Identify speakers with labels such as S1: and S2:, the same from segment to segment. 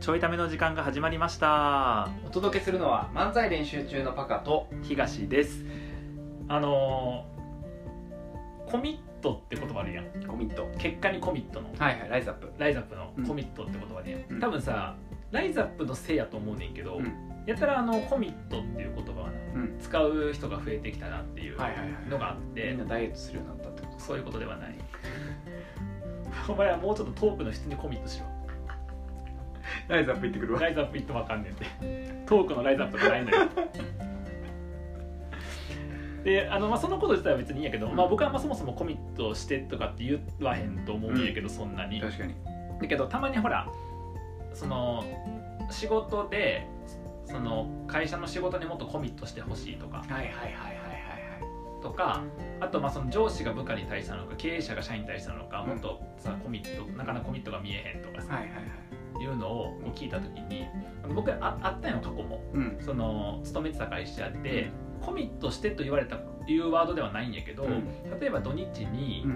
S1: ちょいための時間が始まりました
S2: お届けするのは漫才練習中のパカと
S1: 東ですあのーコミットって言葉あるやん
S2: コミット
S1: 結果にコミットの
S2: はいはいライズアップ
S1: ライザップの
S2: うん
S1: コミットって言葉で、
S2: うん
S1: 多分さライザップのせいやと思うねんけど、
S2: うん
S1: やたらあのコミットっていう言葉はな
S2: うん
S1: 使う人が増えてきたなっていう
S2: はいはいはい
S1: のがあって、
S2: みんなダイエットするようになったってこと
S1: そういうことではない お前らもうちょっとトークの質にコミットしろ
S2: ライズアップ行ってくる
S1: ライズアップいってもわかんねえってトークのライズアップがないん だよであのまあ、そのこと自体は別にいいんやけど、まあ、僕はまあそもそもコミットしてとかって言わへんと思うんやけど、そんなにだ
S2: 確かに
S1: けどたまにほらその仕事でその会社の仕事にもっとコミットしてほしいとか
S2: はいはいはいはい
S1: とかあとまあその上司が部下に対してなのか経営者が社員に対してなのか
S2: うん
S1: もっとさコミットなかなかコミットが見えへんとかさ、
S2: はいはいはいはい
S1: いうのをこう聞いた時に僕ああったんよ過去も
S2: うん
S1: その勤めてた会社でコミットしてと言われたいうワードではないんやけど、
S2: うん
S1: 例えば土日に
S2: う、ん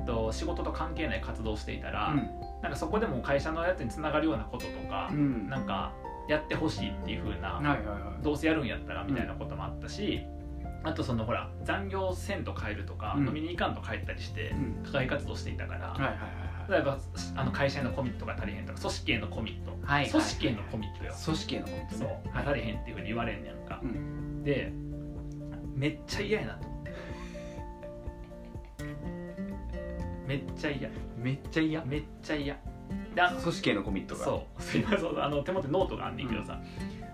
S1: うんと仕事と関係ない活動をしていたら、
S2: うん
S1: なんかそこでも会社のやつにつながるようなこととか
S2: う、ん
S1: なんかやってほしいっていう風な、
S2: はいはいは
S1: どうせやるんやったらみたいなこともあったし、あとそのほら残業せんと帰るとか、
S2: うん
S1: 飲みに行かんと帰ったりして
S2: いうん
S1: 課外活動していたから、
S2: はいはいはいは
S1: 例えばあの会社へのコミットが足りへんとか組織へのコミット、
S2: はいはい
S1: 組織へのコミットよ
S2: い組織へのコミット
S1: そう
S2: ね
S1: 足りへんっていうふうに言われんねやんか、
S2: う
S1: でめっちゃ嫌やなと思ってめっちゃ嫌
S2: めっちゃ嫌
S1: めっちゃ嫌であ
S2: 組織へのコミットが
S1: そうすいませんそうあの手元にノートがあんねんけどさ、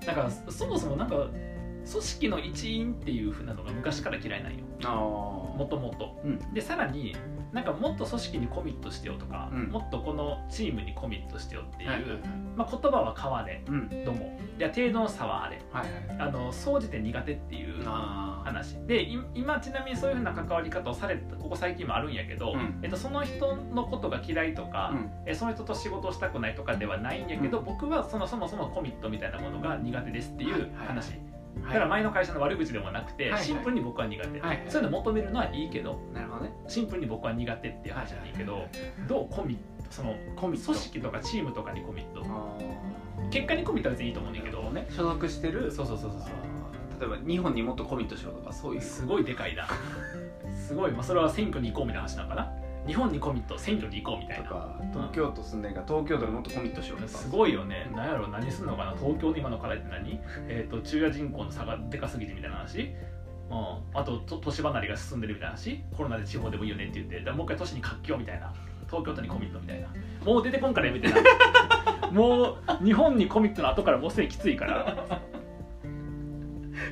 S1: なんかそもそもなんか組織の一員っていうふうなのが昔から嫌いなんよ
S2: ああ
S1: もともと
S2: うん
S1: でさらになんかもっと組織にコミットしてよとか、
S2: うん
S1: もっとこのチームにコミットしてよっていう、
S2: はいはいはい
S1: まあ、言葉は変われ
S2: うん
S1: どもで程度の差はあれ
S2: はいはい
S1: あの総じて苦手っていう
S2: あ
S1: 話でい今ちなみにそういうふうな関わり方をされたここ最近もあるんやけど、
S2: うん
S1: えっと、その人のことが嫌いと
S2: あ
S1: か、
S2: うん
S1: えその人と仕事をしたくないとかではないんやけど、
S2: うん
S1: 僕はそのそもそもコミットみたいなものが苦手ですってい
S2: はいは
S1: う
S2: い
S1: 話、だ
S2: は
S1: から
S2: い
S1: 前の会社の悪口でもなくて、
S2: はいはい
S1: シンプルに僕は苦手、
S2: はいはい
S1: そういうの求めるのはいいけど
S2: なるほどね
S1: シンプルに僕は苦手っていう話なんやけど、どうコミットその
S2: コ
S1: 組
S2: ミット
S1: 織とかチームとかにコミット
S2: ああ
S1: 結果にコミットは別にいいと思うんだけどね
S2: 所属してる
S1: そうそうそうそうそう
S2: 例えば日本にもっとコミットしようとかそういう
S1: すごいでかいなすごい、まあ、それは選挙に行こうみたいな話なのかな日本にコミット選挙に行こうみたい
S2: と
S1: な
S2: か東京都住んでんから東京都にもっとコミットしようとか
S1: すごいよね何やろ何すんのかな東京の今の課題って何えっ、と中夜人口の差がでかすぎてみたいな話うん、あとと都市離れが進んでるみたいな話コロナで地方でもいいよねって言ってだからもう一回都市に活況みたいな東京都にコミットみたいなもう出てこんからやめてな もう日本にコミットの後からもうすでにきついから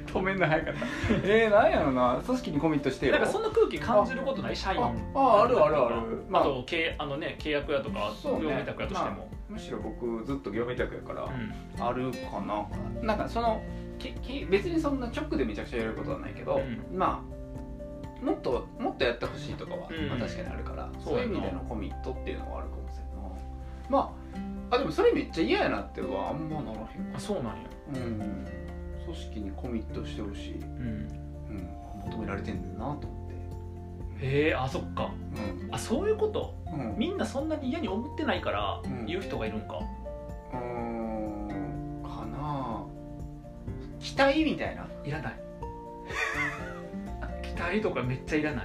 S2: 止めんの 早かったえー、なんやろな組織にコミットしてよ
S1: なんかそんな空気感じることない社員
S2: あああるあるあるま
S1: あ
S2: あ
S1: と契あの、ね、契約やとか
S2: そう
S1: 業
S2: ね
S1: 務委託やとしても、
S2: むしろ僕ずっと業務委託やから、
S1: うん
S2: あるかななんかそのけけ別にそんな直でめちゃくちゃやることはないけど、
S1: う
S2: まあもっともっとやってほしいとかは、
S1: うん
S2: まあ、確かにあるから
S1: そう
S2: そう
S1: や
S2: い
S1: な
S2: う意味でのコミットっていうのはあるかもしれんないまああでもそれめっちゃ嫌やなってはあんまならへんか
S1: あそうなんや、
S2: うん組織にコミットしてほしい、
S1: うん、
S2: うん、求められてんねんなと思って
S1: へえあそっか
S2: うん
S1: あそういうこと
S2: うん
S1: みんなそんなに嫌に思ってないから
S2: うん
S1: 言う人がいるんか、
S2: うーんかな期待みたいない
S1: らない 期待とかめっちゃい らない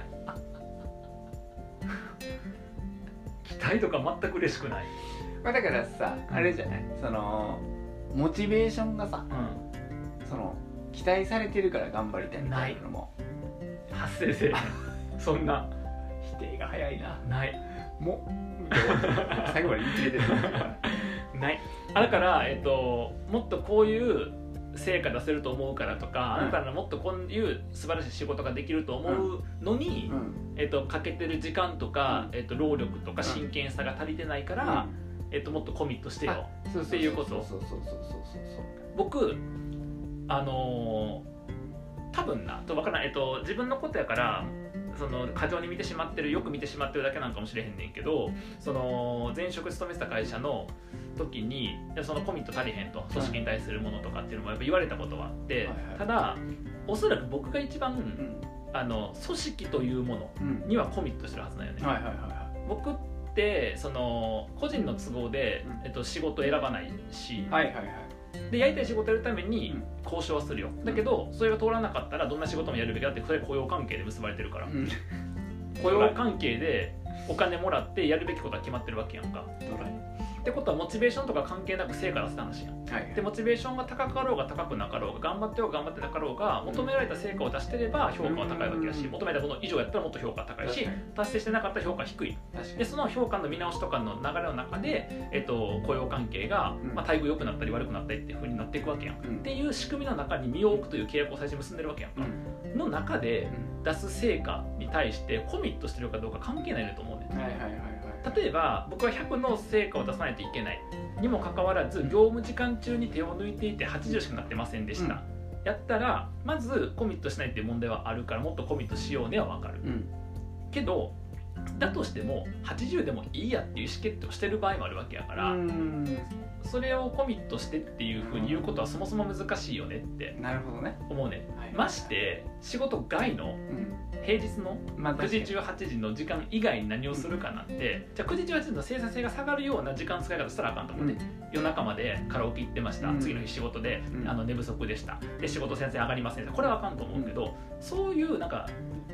S1: 期待とか全く嬉しくない、
S2: まあだからさあれじゃないそのモチベーションがさ
S1: う
S2: その期待されてるから頑張りたいみたいなのも
S1: ん、発生性そんな
S2: 否定が早いな
S1: ない
S2: もう 最後まで言い切れてる
S1: ないあだから、えっと、もっとこういう成果出せると思うからとか、
S2: うん
S1: あなたならもっとこういう素晴らしい仕事ができると思うのに、
S2: うん
S1: えっと、かけてる時間とか、
S2: う
S1: えっと、労力とか
S2: ん
S1: 真剣さが足りてないから、えっと、もっとコミットしてよ
S2: そう
S1: っていうこと
S2: そうそうそうそうそう
S1: 僕あのー多分なと分からない、えっと、自分のことやからその過剰に見てしまってるよく見てしまってるだけなんかもしれへんねんけどその前職勤めてた会社の時にいやそのコミット足りへんと組織に対するものとかっていうのもやっぱ言われたことはあって、
S2: はいはい
S1: ただおそらく僕が一番、
S2: うん
S1: あの組織というもの
S2: うん
S1: にはコミットしてるはずなんよね。
S2: はいはいはいはい
S1: 僕ってってその個人の都合で
S2: うん、
S1: えっと、仕事選ばないし、
S2: はいはいはい
S1: でやりたい仕事やるために
S2: うん
S1: 交渉はするよ、だけどそれが通らなかったらどんな仕事もやるべきだってそれは雇用関係で結ばれてるから、
S2: うん
S1: 雇用関係でお金もらってやるべきことは決まってるわけやんか
S2: ドライ
S1: ってことはモチベーションとか関係なく成果出すって話やん
S2: はい
S1: でモチベーションが高かろうが高くなかろうが頑張ってようが頑張ってなかろうが求められた成果を出してれば評価は高いわけだし
S2: うん
S1: 求めたこと以上やったらもっと評価高い
S2: 確
S1: し
S2: かに
S1: 達成してなかったら評価低い
S2: 確か
S1: で
S2: に
S1: その評価の見直しとかの流れの中で、えっと、雇用関係が、
S2: うん
S1: まあ、待遇良くなったり悪くなったりっていう風になっていくわけやん、
S2: うん
S1: っていう仕組みの中に身を置くという契約を最初に結んでるわけやんか、
S2: うん
S1: の中で
S2: う
S1: 出す成果に対してコミットしてるかどうか関係ないなと思うね
S2: んはいはいはいはい
S1: 例えば僕は100の成果を出さないといけないにもかかわらず業務時間中に手を抜いていて80しかなってませんでした、やったらまずコミットしないっていう問題はあるからもっとコミットしようねはわかる
S2: うん
S1: けどだとしても80でもいいやっていう意思決定をしてる場合もあるわけやから、
S2: うん
S1: それをコミットしてっていうふうに言うことはそもそも難しいよねって
S2: なるほどね
S1: 思うね
S2: はい
S1: まして仕事外の
S2: うん
S1: 平日の
S2: まあ
S1: 9時
S2: 確かに
S1: 18時の時間以外に何をするかなんてじゃあ9時18時の生産性が下がるような時間使い方したらあかんと思うね、夜中までカラオケ行ってました、
S2: うん
S1: 次の日仕事で、
S2: うん
S1: あの寝不足でしたで仕事先生上がりませんでしたこれはあかんと思うけど、そういうなんか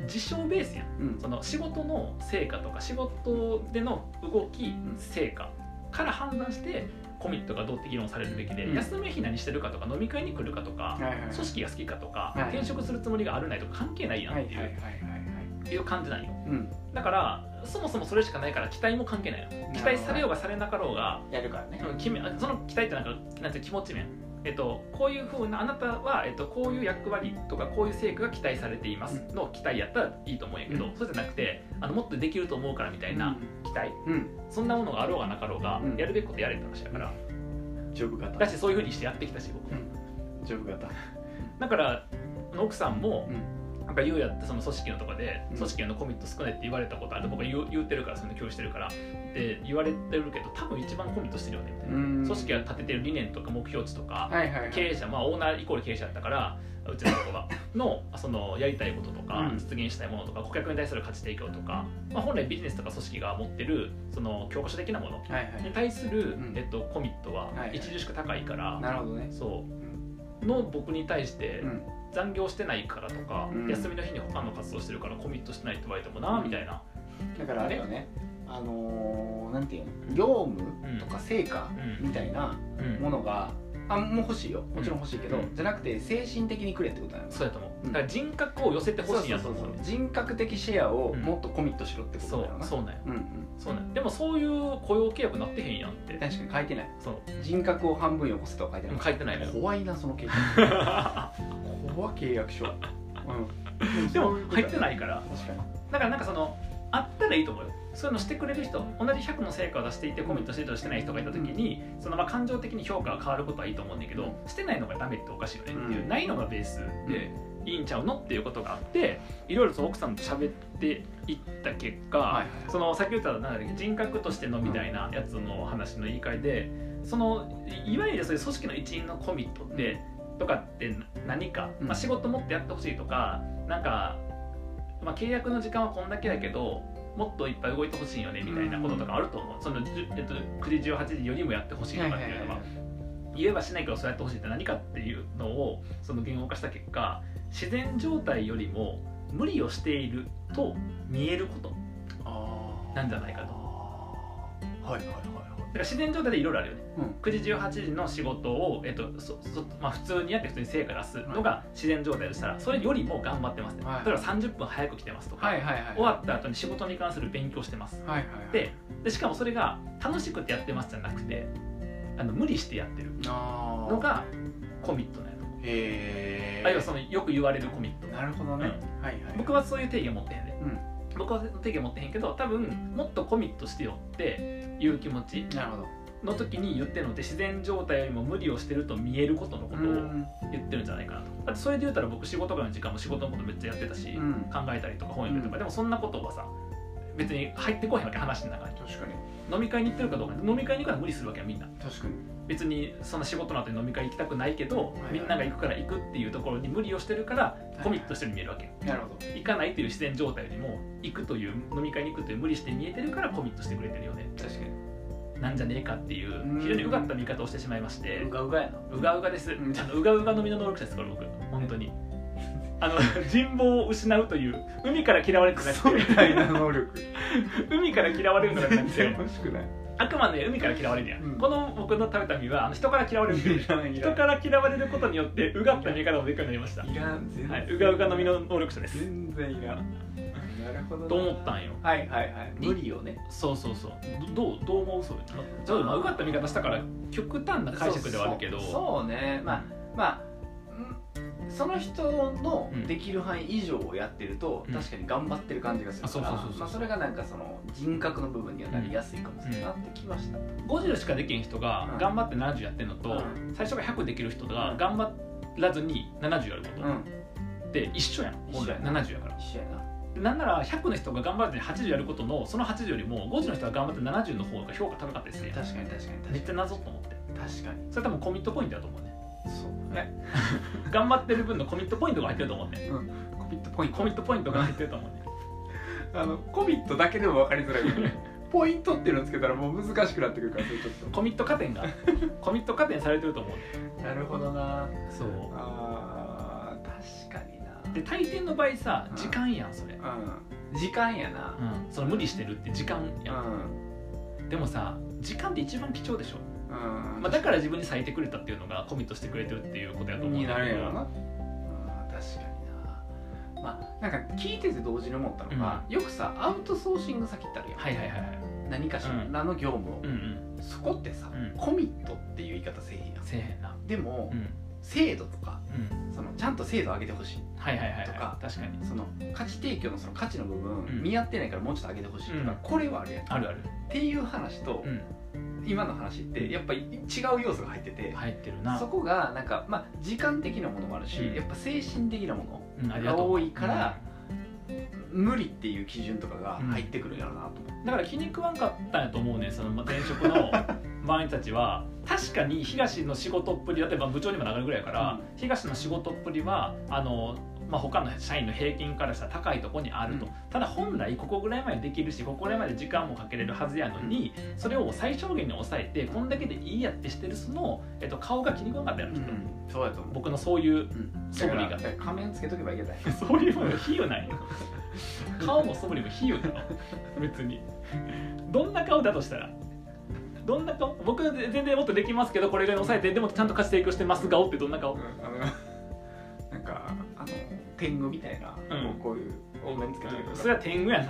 S1: 事象ベースやん
S2: うんうん
S1: その仕事の成果とか仕事での動き
S2: ん
S1: 成果から判断してコミットがどうって議論されるべきで、
S2: うん
S1: 休みの日何してるかとか飲み会に来るかとか、
S2: はいはいはい
S1: 組織が好きかとか、
S2: はい
S1: 転職するつもりがあるないとか関係ないやん
S2: は
S1: っ
S2: い
S1: て
S2: はい
S1: いう,、
S2: はいはいはい
S1: いう感じなんよ
S2: うん
S1: だからそもそもそれしかないから期待も関係ないよ期待されようがされなかろうが、
S2: やるからね
S1: うん決めその期待ってなんかなんていう気持ち面えっと、こういうふうなあなたは、えっと、こういう役割とかこういう成果が期待されていますの期待やったらいいと思うんやけど、
S2: う
S1: そうじゃなくてあのもっとできると思うからみたいな期待、
S2: うん
S1: そんなものがあろうがなかろうが、
S2: うん
S1: やるべきことやれって話だから、
S2: ジョブ型
S1: だしそういうふうにしてやってきたし僕
S2: ジョブ型
S1: だから奥さんも、
S2: うん
S1: なんか言うやってその組織のとかで、
S2: うん
S1: 組織へのコミット少ないって言われたことあると僕は言う言うてるからその共有してるからって言われてるけど多分一番コミットしてるよねみたいな、
S2: 組
S1: 組織が立ててる理念とか目標値とか、
S2: はいはいはい
S1: 経営者まあオーナーイコール経営者だったからうちの子 がのそのやりたいこととか
S2: うん
S1: 実現したいものとか顧客に対する価値提供とか、まあ、本来ビジネスとか組織が持ってるその教科書的なもの
S2: はいは
S1: に対する、
S2: うん
S1: えっと、コミットは
S2: はいはい
S1: 著しく高いから、
S2: いなるほどね
S1: そううの僕に対して
S2: ん
S1: 残業してないからとか、
S2: うん
S1: 休みの日に他の活動してるからコミットしてないって言われてもなみたいな、
S2: だからあれよねあのーなんていうの業務とか成果
S1: うん
S2: みたいな
S1: うん
S2: ものがあもう欲しいよもちろん欲しいけど
S1: うん
S2: じゃなくて精神的にくれってことなの
S1: そうやと思う、
S2: うん
S1: だから人格を寄せてほしいんやと
S2: そう
S1: 思
S2: そうう
S1: ね
S2: そう人格的シェアをもっとコミットしろってこと
S1: そ
S2: だ
S1: う
S2: よな
S1: そうなんや
S2: うんうん
S1: そうなんやでもそういう雇用契約なってへんやんって
S2: 確かに書いてない
S1: そう
S2: 人格を半分よこせとは書い
S1: で
S2: てない
S1: も書いてないのよ
S2: 怖いなその契約怖契約書、う ん、
S1: でも入って
S2: い
S1: ないから
S2: 確かに
S1: だからなんかそのあったらいいと思うよそういうのしてくれる人同じ100の成果を出していてコミットしてる人してない人がいた時にそのまあ感情的に評価が変わることはいいと思うんだけどしてないのがダメっておかしいよねっていう、
S2: うん
S1: ないのがベースでいいんちゃうのっていうことがあっていろいろその奥さんと喋っていった結果、
S2: はいはい
S1: そのさっき言ったなんだっけ人格としてのみたいなやつの話の言い換えでそのいいわゆるそういう組織の一員のコミットって、とかってな何か、
S2: うん
S1: まあ、仕事もっとやってほしいとかなんか、まあ、契約の時間はこんだけだけどもっといっぱい動いてほしいよねみたいなこととかあると思う、その、じゅえっと、9時18時よりもやってほしいとかっていうのは言えばしないけどそうやってほしいって何かっていうのをその言語化した結果自然状態よりも無理をしていると見えること
S2: あー
S1: なんじゃないかと
S2: あーはいはいはい
S1: だから自然状態でいろいろあるよね、
S2: うん
S1: 9時18時の仕事を、えっとそそまあ、普通にやって普通に成果出すのが自然状態でしたらそれよりも頑張ってますね、
S2: はい
S1: 例えば30分早く来てますとか、
S2: はいはいはい
S1: 終わった後に仕事に関する勉強してます
S2: はいはいはい
S1: ででしかもそれが楽しくてやってますじゃなくてあの無理してやってる
S2: あ
S1: のがコミットなの、
S2: へえ
S1: あるいはそのよく言われるコミット
S2: なるほどね、はいはい
S1: 僕
S2: は
S1: はそういう定義を持ってへんで、
S2: うん
S1: 僕は定義を持ってへんけど多分もっとコミットしてよっていう気持ち
S2: なるほど
S1: の時に言ってるのって自然状態よりも無理をしてると見えることのことを
S2: うん
S1: 言ってるんじゃないかなとだってそれで言ったら僕仕事外の時間も仕事のことめっちゃやってたし、
S2: うん
S1: 考えたりとか本読んだりとか、
S2: うん
S1: でもそんなことはさ別に入ってこへんわけ話の中に
S2: 確かに
S1: 飲み会に行ってるかどうか飲み会に行くのは無理するわけよみんな
S2: 確かに
S1: 別にその仕事の後に飲み会行きたくないけど、
S2: はい
S1: みんなが行くから行くっていうところに無理をしてるからコミットしてるように見えるわけよ
S2: なるほど
S1: 行かないという自然状態よりも行くという飲み会に行くという無理して見えてるからコミットしてくれてるよね
S2: 確かに
S1: なんじゃねえかっていう
S2: うん
S1: 非常にうがった見方をしてしまいまして
S3: うがうがやな
S1: うがうがです
S2: うん
S1: あのうがうがのみの能力者ですこれ僕本当にあの 人望を失うという海から嫌われるんじゃな
S2: そうみ
S1: く
S2: たいな能力
S1: て海から嫌われるんじゃな
S2: 全
S1: く
S2: 然
S1: て
S2: 欲しくない
S1: あくまで海から嫌われるやん、
S2: うん
S1: この僕の食べた身はあの人から嫌われるっていう
S2: いらんいら
S1: 人
S2: ん
S1: から嫌われることによってうがった見方をできるようになりました、
S2: いらん全然
S1: はい、うがうがのみの能力者です
S2: 全然いらんなるほどな
S1: と思ったんよ
S2: はいはいはい
S3: 無理よね
S1: そうそうそうどどうどう思うそうちょっとまあうがった見方したから極端な解釈ではあるけど
S2: そうそうそうねまあまあんその人のできる範囲以上をやってると、
S1: うん
S2: 確かに頑張ってる感じがするから
S1: あそうそうそうそう
S2: まあそれがなんかその人格の部分にはなりやすいかもしれないなってきました、
S1: 50しかできん人が
S2: うん
S1: 頑張って70やってんのと、
S2: う
S1: 最初が100できる人が頑張らずに70やるこ
S2: うん
S1: とって一緒やん、
S2: 一緒やな
S1: 70やから
S2: 一緒やな
S1: でなんなら100の人が頑張らずに80やることのその80よりも50の人が頑張って70の方が評価高かったですね
S2: 確かに確かに
S1: め
S2: 確
S1: っ
S2: か
S1: ちゃ謎と思って
S2: に確かに
S1: それ多分コミットポイントだと思うね
S2: そうね
S1: 頑張ってる分のコミットポイントが入ってると思うね
S2: コミットポイン
S1: コ
S2: ト
S1: ミットポイントが入ってると思うね
S2: あのコミットだけでも分かりづらいよねポイントっていうのつけたらもう難しくなってくるからそれちょっ
S1: コミット加 点がコミット加点されてると思うね
S2: となるほどな
S1: そう
S2: あー確かにな
S1: で大抵の場合さ
S2: うん
S1: 時間やんそれ、
S2: うん時間やな
S1: うん、その無理してるって時間やん、
S2: う
S1: でもさ時間って一番貴重でしょ、
S2: んうん
S1: まあ、だから自分に咲いてくれたっていうのがコミットしてくれてるっていうことやと思う
S2: に
S1: んだ
S2: な
S1: け
S2: る
S1: ど
S2: やろな、うん、確かになまあなんか聞いてて同時に思ったのが、よくさアウトソーシング先ってあるやん、
S1: はいはいはいはい
S2: 何かしらの業務を、
S1: うんうん
S2: そこってさ、
S1: うん
S2: コミットっていう言い方せえへんやん
S1: せえへんな
S2: でも、
S1: うん
S2: 精度とか
S1: うん
S2: そのちゃんと精度上げてほしい
S1: はいはいはいはい
S2: とか
S1: 確かに
S2: その価値提供のその価値の部分、
S1: うん
S2: 見合ってないからもうちょっと上げてほしいとか、
S1: うん
S2: これはあるやんっ
S1: あるある
S2: ていう話と、
S1: うん
S2: 今の話ってやっぱり違う要素が入ってて、
S1: 入ってるな
S2: そこがなんか、まあ、時間的なものもあるし、
S1: うん
S2: やっぱ精神的なもの
S1: うんありがとう
S2: が多いから無理っていう基準とかが入ってくるんやろうなと思
S1: だから気に食わんかったんやと思うねそのまあ前職 の周りたちは確かに東の仕事っぷりだってまあ部長にもなるぐらいやから、
S2: う
S1: 東の仕事っぷりはあの、まあ、他の社員の平均からしたら高いとこにあると、
S2: うん
S1: ただ本来ここぐらいまでできるしここぐらいまで時間もかけれるはずやのに、それを最小限に抑えてこんだけでいいやってしてるその、えっと、顔が気に食わんかったやろ
S2: う、
S1: きっと、
S2: そうやと思
S1: 僕のそういう
S2: う、うん、
S1: 素振りが
S2: だからだから仮面つけとけばいけ ない
S1: そういうもの比喩なんよ顔も素振りも比喩なの別にどんな顔だとしたらどんな顔僕全然もっとできますけどこれぐらい抑えてでもちゃんと価値提供してます顔ってどんな
S2: う
S1: 顔
S2: んあのなんかあの天狗みたいな、
S1: うん
S2: こういうお面つけとけば
S1: それは天狗や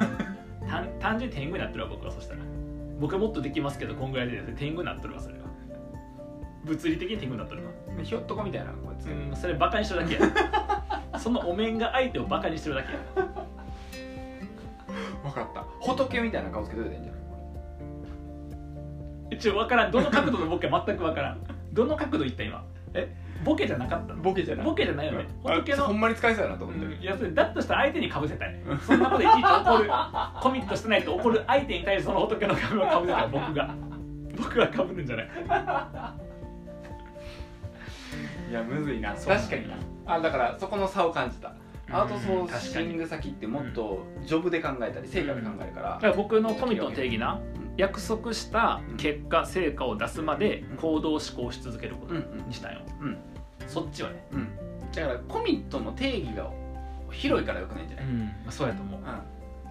S1: な単単純に天狗になってるわ僕はそしたら僕はもっとできますけどこんぐらいで天狗になってるわそれは物理的に天狗になってるわ
S2: ひょっとこみたいなのこうやってつけて
S1: うんそれバカにしてるだけやそのお面が相手をバカにしてるだけや
S2: わかった仏みたいな顔つけといたらいいんじゃない
S1: 一応分からんどの角度のボケは全く分からんどの角度いった今
S2: え
S1: ボケじゃなかったの
S2: ボケじゃ
S1: ボケじゃないよね仏
S2: ほ
S1: の
S2: んまに使えそうやなと思って
S1: うんいやそれだとしたら相手にかぶせたいそんなこといちいち怒るコミットしてないと怒る相手に対してその仏の株はかぶせたい僕が僕はかぶるんじゃない
S2: いやむずいな
S1: そうなんだ
S2: 確かになあだからそこの差を感じたアウトソーシン
S1: だ
S2: グ先ってもっとジョブで考えたり成果で考えるから
S1: から僕のコミットの定義な
S2: うん
S1: 約束した結果成果を出すまで
S2: うん
S1: 行動思考し続けること
S2: うん
S1: にしたんよ、
S2: うん
S1: そっちはね、
S2: うんだからコミットの定義が広いからよくないんじゃない
S1: まあそうやと思う
S2: う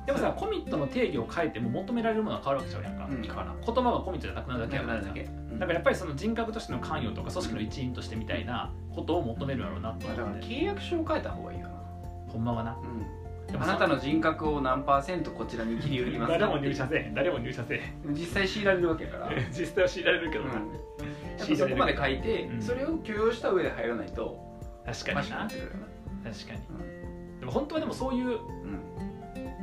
S1: でもさコミットの定義を変えても求められるものは変わるわけじゃんやんか、
S2: うん
S1: だから言葉がコミットじゃなくなるだ
S2: ん
S1: けやから
S2: だ
S1: だ
S2: け
S1: か
S2: うんだ
S1: らやっぱりその人格としての関与とか組織の一員としてみたいなことを求めるやろうなと
S2: から
S1: 思って
S2: 契約書を変えた方がいいよな
S1: ほんまはな
S2: うんあなたの人格を何パーセントこちらに切り売りますか
S1: 誰も入社せえへん誰も入社せえ
S2: 実際強いられるわけや から
S1: へん実際は強いられるけどな、
S2: うんやっぱそこまで書いて
S1: うん
S2: それを許容した上で入らないと
S1: 確
S2: お
S1: か
S2: か
S1: に
S2: しくな
S1: な
S2: ってくるよな
S1: 確かにでも本当はでもそういう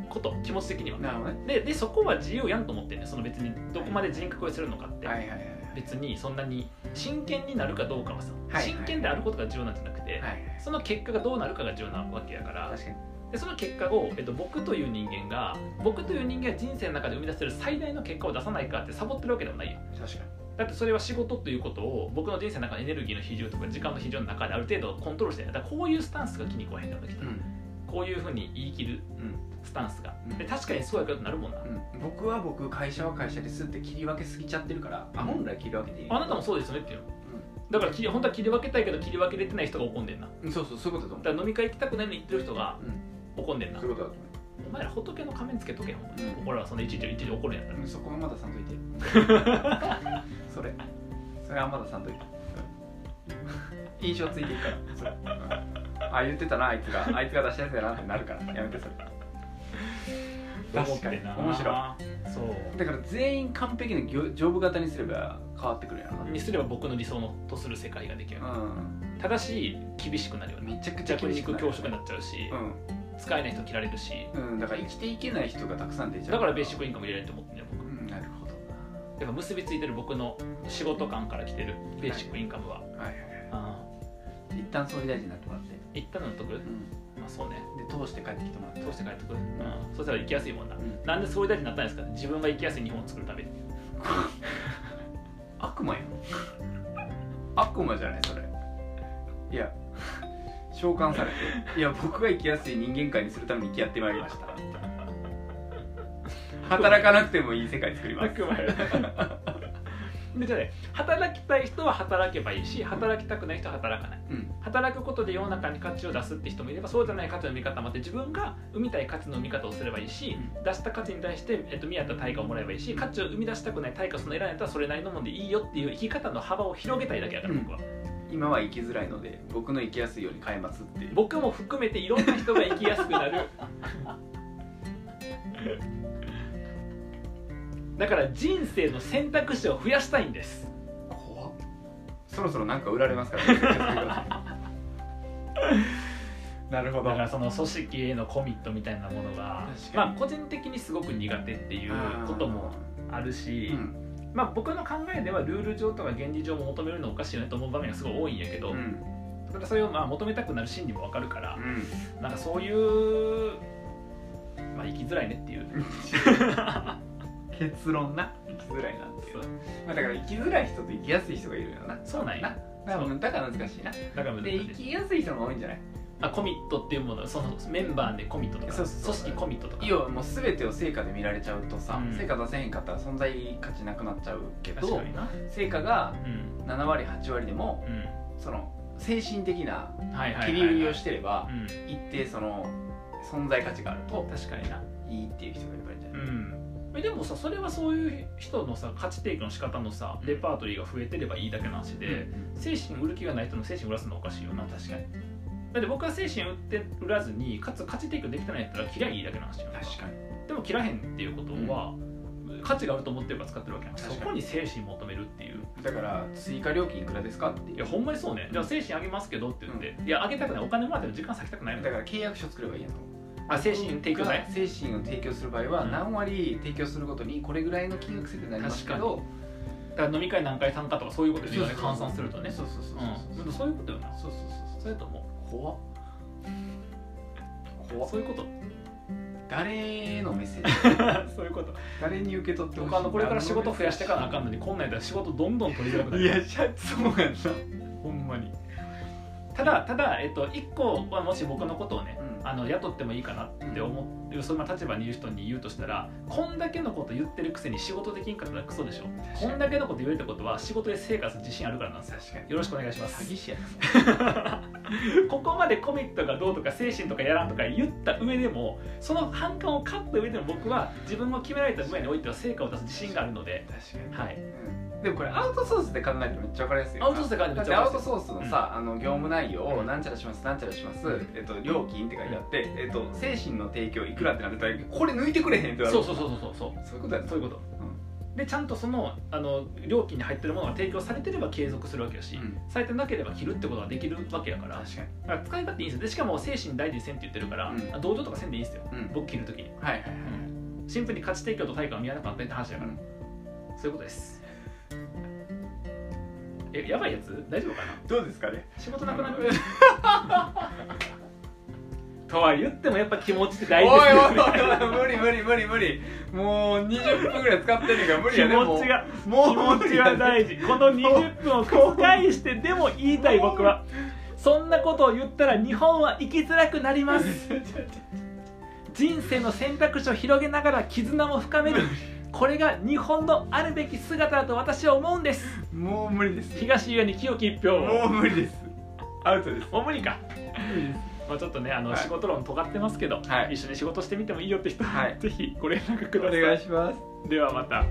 S1: こと気持ち的には
S2: うんなるほどね
S1: ででそこは自由やんと思ってんねその別にどこまで人格をするのかって、
S2: はいはいはいはい
S1: 別にそんなに真剣になるかどうかはさ、
S2: はい
S1: 真剣であることが重要なんじゃなくて、
S2: はいはい
S1: その結果がどうなるかが重要なわけやから
S2: 確かに
S1: でその結果を、えっと、僕という人間が僕という人間が人生の中で生み出せる最大の結果を出さないかってサボってるわけでもないよ
S2: 確かに
S1: だってそれは仕事ということを僕の人生の中のエネルギーの比重とか時間の比重の中である程度コントロールしてるだからこういうスタンスが気に食わへんからできた、
S2: うん
S1: こういうふうに言い切るスタンスが
S2: うん
S1: で確かにそうやけどなるもんな、
S2: うん、僕は僕会社は会社ですって切り分けすぎちゃってるから、あ本来切り分けていい
S1: あなたもそうですよねっていうのだから切り本当は切り分けたいけど切り分けれてない人が怒んでんな
S2: うんそうそうそういうことだと
S1: だ
S2: 思
S1: から飲み会行きたくないのに行ってる人が
S2: う、うん、
S1: 怒んでんな
S2: そういうことだと思
S1: お前ら仏の仮面つけとけよ俺らはそのいちいちいちいち怒るんやったら
S2: う、うん、そこはまださんと いてそれそれはまださんといてうん印象ついていくからそれ、うんあ言ってたなあいつがあいつが出したやつやなってなるからやめてそれ確かにな
S1: 面白いそう
S2: だから全員完璧な業ジョブ型にすれば変わってくるやろ
S1: にすれば僕の理想のとする世界ができる、
S2: なうん
S1: ただし厳しくなるよね
S2: めちゃくちゃ
S1: 弱
S2: 厳しく
S1: 肉
S2: な
S1: 強
S2: る
S1: 食になっちゃうし、
S2: う
S1: 使えない人切られるし
S2: ん、うん、だから生きていけない人がたくさん出ちゃう
S1: だからベーシックインカム入れられると思ってんだよ僕
S2: うんなるほど
S1: やっぱ結びついてる僕の仕事感から来てるベーシックインカムは、
S2: なはいはいはい
S1: あ
S2: 一旦総理大臣になってもらって、
S1: あ一旦のとく、まあそうね
S2: で通して帰ってきてもらって
S1: 通して帰ってくる、うん、そしたら行きやすいもんな、
S2: ん
S1: なんで総理大臣になったんですか自分が行きやすい日本を作るために
S2: 悪魔よ悪魔じゃないそれいや召喚されていや僕が生きやすい人間界にするために生きやってまいりました働かなくてもいい世界作りま
S1: あ
S2: す
S1: くまで でじゃあね働きたい人は働けばいいし働きたくない人は働かない
S2: うん
S1: 働くことで世の中に価値を出すって人もいればそうじゃない価値の見方もあって自分が生みたい価値の見方をすればいいし、出した価値に対して、えっと、見合った対価をもらえばいいし価値を生み出したくない対価をその得られたらそれなりのもんでいいよっていう生き方の幅を広げたいだけだから
S2: うん
S1: 僕は、
S2: 今は生きづらいので僕の生きやすいように変えますっていう
S1: 僕も含めていろんな人が生きやすくなる だから人生の選択肢を増やしたいんです
S2: 怖っそろそろなんか売られますから、ね、 なるほ
S1: だからその組織へのコミットみたいなものが
S2: 確かに
S1: まあ個人的にすごく苦手っていうこともある
S2: う
S1: し、
S2: ん
S1: まあ、僕の考えではルール上とか原理上も求めるのおかしいよねと思う場面がすごい多いんやけど、
S2: うん
S1: ただそれをまあ求めたくなる心理もわかるから、
S2: うん
S1: なんかそういう、まあ、生きづらいねっていう
S2: 結論な生きづらいなっていう、まあ、だから生きづらい人と生きやすい人がいるよな
S1: そうなんや
S2: だからだから難しいなで
S1: だから難しい
S2: 生きやすい人が多いんじゃない
S1: あコミットっていうものそのメンバーでコミットとか
S2: そうそうそう
S1: 組織コミットとか
S2: 要はもう全てを成果で見られちゃうとさ、
S1: うん
S2: 成果出せへんかったら存在価値なくなっちゃうけ
S1: 確
S2: ど
S1: かにな
S2: 成果が
S1: うん
S2: 7割8割でも
S1: う
S2: その精神的なん
S1: はいはいはいはい
S2: 切り売りをしてれば
S1: うん
S2: 一定その存在価値があると
S1: 確かにない
S2: いっていう人がいっぱいいるんじゃ
S1: う
S2: ない、
S1: んえでもさそれはそういう人のさ価値提供の仕方のさレパートリーが増えてればいいだけの話で、精神売る気がない人の精神売らすのはおかしいよな確かにだって僕は精神売って売らずにかつ価値提供できてないんやったら切りゃいいだけの話よ
S2: 確かに
S1: でも切らへんっていうことは、価値があると思ってるから使ってるわけやん
S2: 確
S1: そ
S2: かに
S1: こに精神求めるっていう
S2: だから追加料金いくらですかって
S1: い
S2: いう
S1: やほんまにそうねじゃあ精神あげますけどって言って、いやあげたくないお金もらっても時間割きたくないもん
S2: だから契約書作ればいいやん
S1: あ精神提供ね
S2: 精神を提供する場合は
S1: うん
S2: 何割提供するごとにこれぐらいの金額設定になりますけど
S1: だから飲み会何回参加とかそういうことで、ね、
S2: そうそうそう
S1: 換算するとね
S2: そうそうそう
S1: うんで
S2: そう
S1: もそういうことよな
S2: そうそう
S1: それとも
S2: そう怖っ怖っ
S1: そういう こと
S2: 誰へのメッセージ
S1: そういうこと
S2: 誰に受け取ってほしい
S1: 僕あのこれから仕事増やしていかなあかんのにこんなんやったら仕事どんどん取りづらくなる
S2: いや社そうやんな
S1: ほんまにただただ、えっと、1個はもし僕のことをね、
S2: うん
S1: あの雇ってもいいかなって思うそんな立場にいる人に言うとしたらこんだけのこと言ってるくせに仕事できんかったらクソでしょ
S2: 確か
S1: こ
S2: に
S1: んだけのこと言えるってことは仕事で成果する自信あるからなんですよ
S2: 確かに
S1: よろしくお願いします
S2: 詐欺師やな
S1: ここまでコミットがどうとか精神とかやらんとか言った上でもその反感を勝った上でも僕は自分の決められた分野においては成果を出す自信があるので、
S2: 確かに
S1: はい、
S2: でもこれアウトソースで考えるとめっちゃ分かりやすいよ
S1: ア
S2: な
S1: ウトソースで考えるとめ
S2: だっ
S1: っち
S2: て
S1: ゃ
S2: ア
S1: わ
S2: ウ
S1: かりや
S2: ト
S1: すい
S2: ソースのさ、あの業務内容をなんちゃらしますなんちゃらします、
S1: うん
S2: えっと、料金って書いてあって、えっと、精神の提供いくらってなってたらこれ抜いてくれへんってなる
S1: そうそうそうそうそう
S2: そういうことやな
S1: そういうこと、でちゃんとそのあの料金に入ってるものが提供されてれば継続するわけやし、
S2: うん
S1: されてなければ切るってことができるわけやから
S2: 確かに
S1: だから使い勝手いいんですよでしかも精神大事にせんって言ってるから、
S2: うん
S1: あ同情とかせんでいいんですよ、
S2: うん
S1: 僕切るときに
S2: はいはいはい
S1: シンプルに価値提供と対価が見合わなかったって話だから、そういうことですえやばいやつ大丈夫かな
S2: どうですかね
S1: 仕事なくな
S2: う
S1: る
S2: ん
S1: とは言ってもやっぱ気持ちって
S2: お
S1: 大
S2: い
S1: 事
S2: おい
S1: ですよ
S2: おい無理無理無理無理もう20分ぐらい使ってんねんから無理や
S1: 気
S2: ねもう
S1: 持ちが
S2: も
S1: 気
S2: う
S1: 持ちが大事この20分を繰り返してでも言いたい僕はそんなことを言ったら日本は生きづらくなります人生の選択肢を広げながら絆も深めるこれが日本のあるべき姿だと私は思うんです
S2: もう無理です
S1: 東岩に清き一票
S2: も
S1: を
S2: う無理ですアウトです
S1: もう無理か、
S2: 無理です
S1: まあ、ちょっとねあの、
S2: はい
S1: 仕事論尖ってますけど、
S2: はい
S1: 一緒に仕事してみてもいいよって人は、
S2: はい
S1: ぜひご連絡く
S2: お
S1: ださ
S2: 願い
S1: い
S2: します
S1: ではまた